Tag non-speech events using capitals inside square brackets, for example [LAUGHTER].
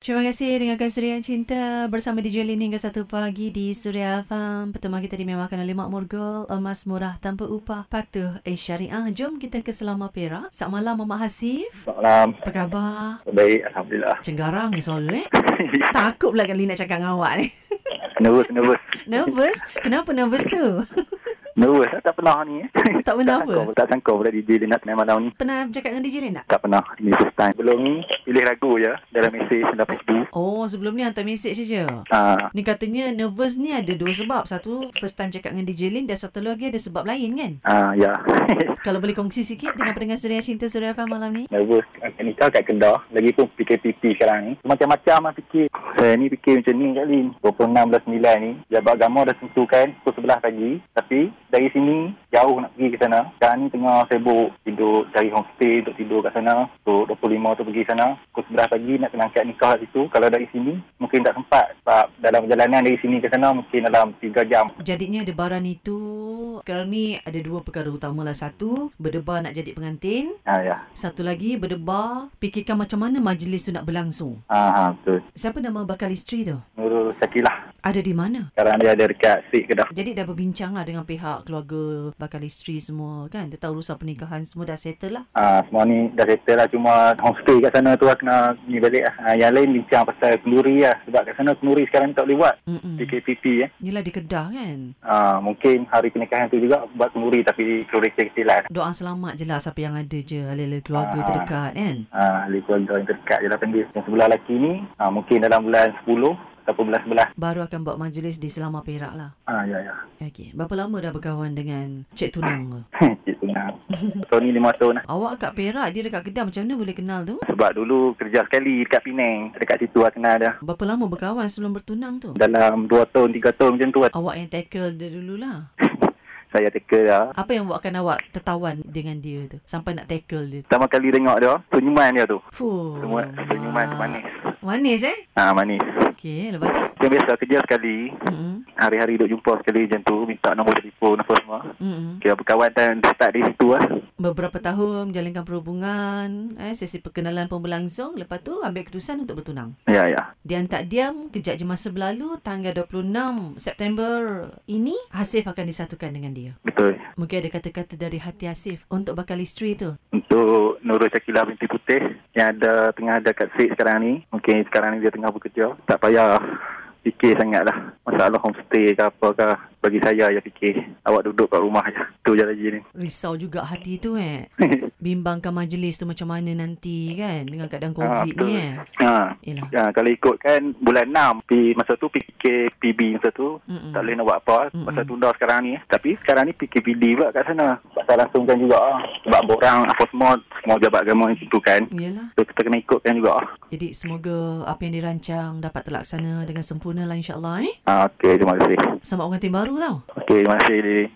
Terima kasih dengarkan Suria Cinta bersama DJ Lin hingga satu pagi di Suria Farm. Pertama kita dimewakan oleh Makmur Gold, emas murah tanpa upah, patuh eh syariah. Jom kita ke Selama Perak. Selamat malam Mamat Hasif. Selamat malam. Apa khabar? Baik, Alhamdulillah. Cenggarang ni soalan eh. Takut pula kali nak cakap dengan awak ni. [LAUGHS] [LAUGHS] nervous, nervous. Nervous? Kenapa nervous tu? [LAUGHS] Nervous. Saya tak pernah ni. Eh. Tak pernah tak apa? Sangka, tak sangka pula DJ Lin nak tenang malam ni. Pernah cakap dengan DJ Lin tak? Tak pernah. Ini first time. Belum ni, pilih lagu je dalam mesej dalam Facebook. Oh, sebelum ni hantar mesej je. Ah, Ni katanya nervous ni ada dua sebab. Satu, first time cakap dengan DJ Lin dan satu lagi ada sebab lain kan? ah, ya. [LAUGHS] Kalau boleh kongsi sikit dengan pendengar Suria Cinta Suria FM malam ni. nervous. Akad nikah kat Kedah. Lagipun PKPP sekarang ni. Macam-macam lah fikir. Saya ni fikir macam ni kat Lin. 26, 9 ni. Jabat agama dah tentukan pukul 11 pagi. Tapi dari sini jauh nak pergi ke sana. Sekarang ni tengah sibuk tidur cari homestay untuk tidur kat sana. So 25 tu pergi sana. Pukul 11 pagi nak kena angkat nikah kat situ. Kalau dari sini mungkin tak sempat. Sebab dalam perjalanan dari sini ke sana mungkin dalam 3 jam. Jadinya debaran itu sekarang ni ada dua perkara utama lah. Satu, berdebar nak jadi pengantin. Ha ya. Satu lagi, berdebar fikirkan macam mana majlis tu nak berlangsung. Ha, ha betul. Siapa nama bakal isteri tu? Nurul Sakilah. Ada di mana? Sekarang dia ada dekat Sik Kedah. Jadi dah berbincang lah dengan pihak keluarga bakal isteri semua kan. Dia tahu urusan pernikahan semua dah settle lah. Ah, semua ni dah settle lah cuma homestay kat sana tu lah kena ni balik lah. Ah, yang lain bincang pasal kenduri lah sebab kat sana kenduri sekarang tak boleh buat. Mm-mm. PKPP eh. Yelah di Kedah kan. Ah, mungkin hari pernikahan tu juga buat kenduri tapi kenduri kecil-kecilan. Doa selamat je lah siapa yang ada je. Alih-alih keluarga terdekat kan. Ah, ahli keluarga yang terdekat je lah panggil. Yang sebelah lelaki ni ah, mungkin dalam bulan 10 ataupun bulan 11. Baru akan buat majlis di Selama Perak lah. Ah, ya, [LAUGHS] ya. Okey. Berapa lama dah berkawan dengan Cik Tunang tu? Cik Tuna. lah. Tahun ni lima tahun lah. Awak kat Perak, dia dekat Kedah. Macam mana boleh kenal tu? Sebab dulu kerja sekali dekat Penang. Dekat situ lah kenal dia. Berapa lama berkawan sebelum bertunang tu? Dalam dua tahun, tiga tahun macam tu lah. Awak yang tackle dia dululah. [LAUGHS] Saya teka lah. Apa yang buatkan awak tertawan dengan dia tu? Sampai nak tackle dia. Pertama kali tengok dia, senyuman dia tu. Fuh. Semua senyuman tu manis. Manis eh? Ah manis. Okey, lepas tu? Macam biasa kerja sekali, Mm-mm. hari-hari duk jumpa sekali macam tu, minta nombor telefon apa semua. Mm-mm. Kira berkawan dan start dari situ lah. Beberapa tahun menjalankan perhubungan, eh, sesi perkenalan pun berlangsung. Lepas tu ambil keputusan untuk bertunang. Ya, ya. Diam tak diam, kejap je masa berlalu, tanggal 26 September ini, Hasif akan disatukan dengan dia. Betul. Mungkin ada kata-kata dari hati Hasif untuk bakal isteri tu. Untuk Nurul Syakila binti Putih yang ada tengah ada kat SIG sekarang ni. Mungkin sekarang ni dia tengah bekerja. Tak payah fikir sangat lah. Masalah homestay ke apa ke. Bagi saya je fikir. Awak duduk kat rumah je. Tu je lagi ni. Risau juga hati tu eh. [LAUGHS] Bimbangkan majlis tu macam mana nanti kan dengan Ah, keadaan COVID ni eh. Ha. Yelah. Ya, kalau ikutkan bulan 6 P, masa tu PKPB masa tu Mm-mm. Mm-mm. tak boleh nak buat apa Mm-mm. masa tunda sekarang ni tapi sekarang ni PKPD pula kat sana pasal langsungkan juga ah. sebab borang apa semua semua jabat agama yang tentukan Yelah. so kita kena ikutkan juga ah. Jadi semoga apa yang dirancang dapat terlaksana dengan sempurna lah insyaAllah eh. ah okey terima kasih Selamat pengantin baru tau. okey terima kasih Lili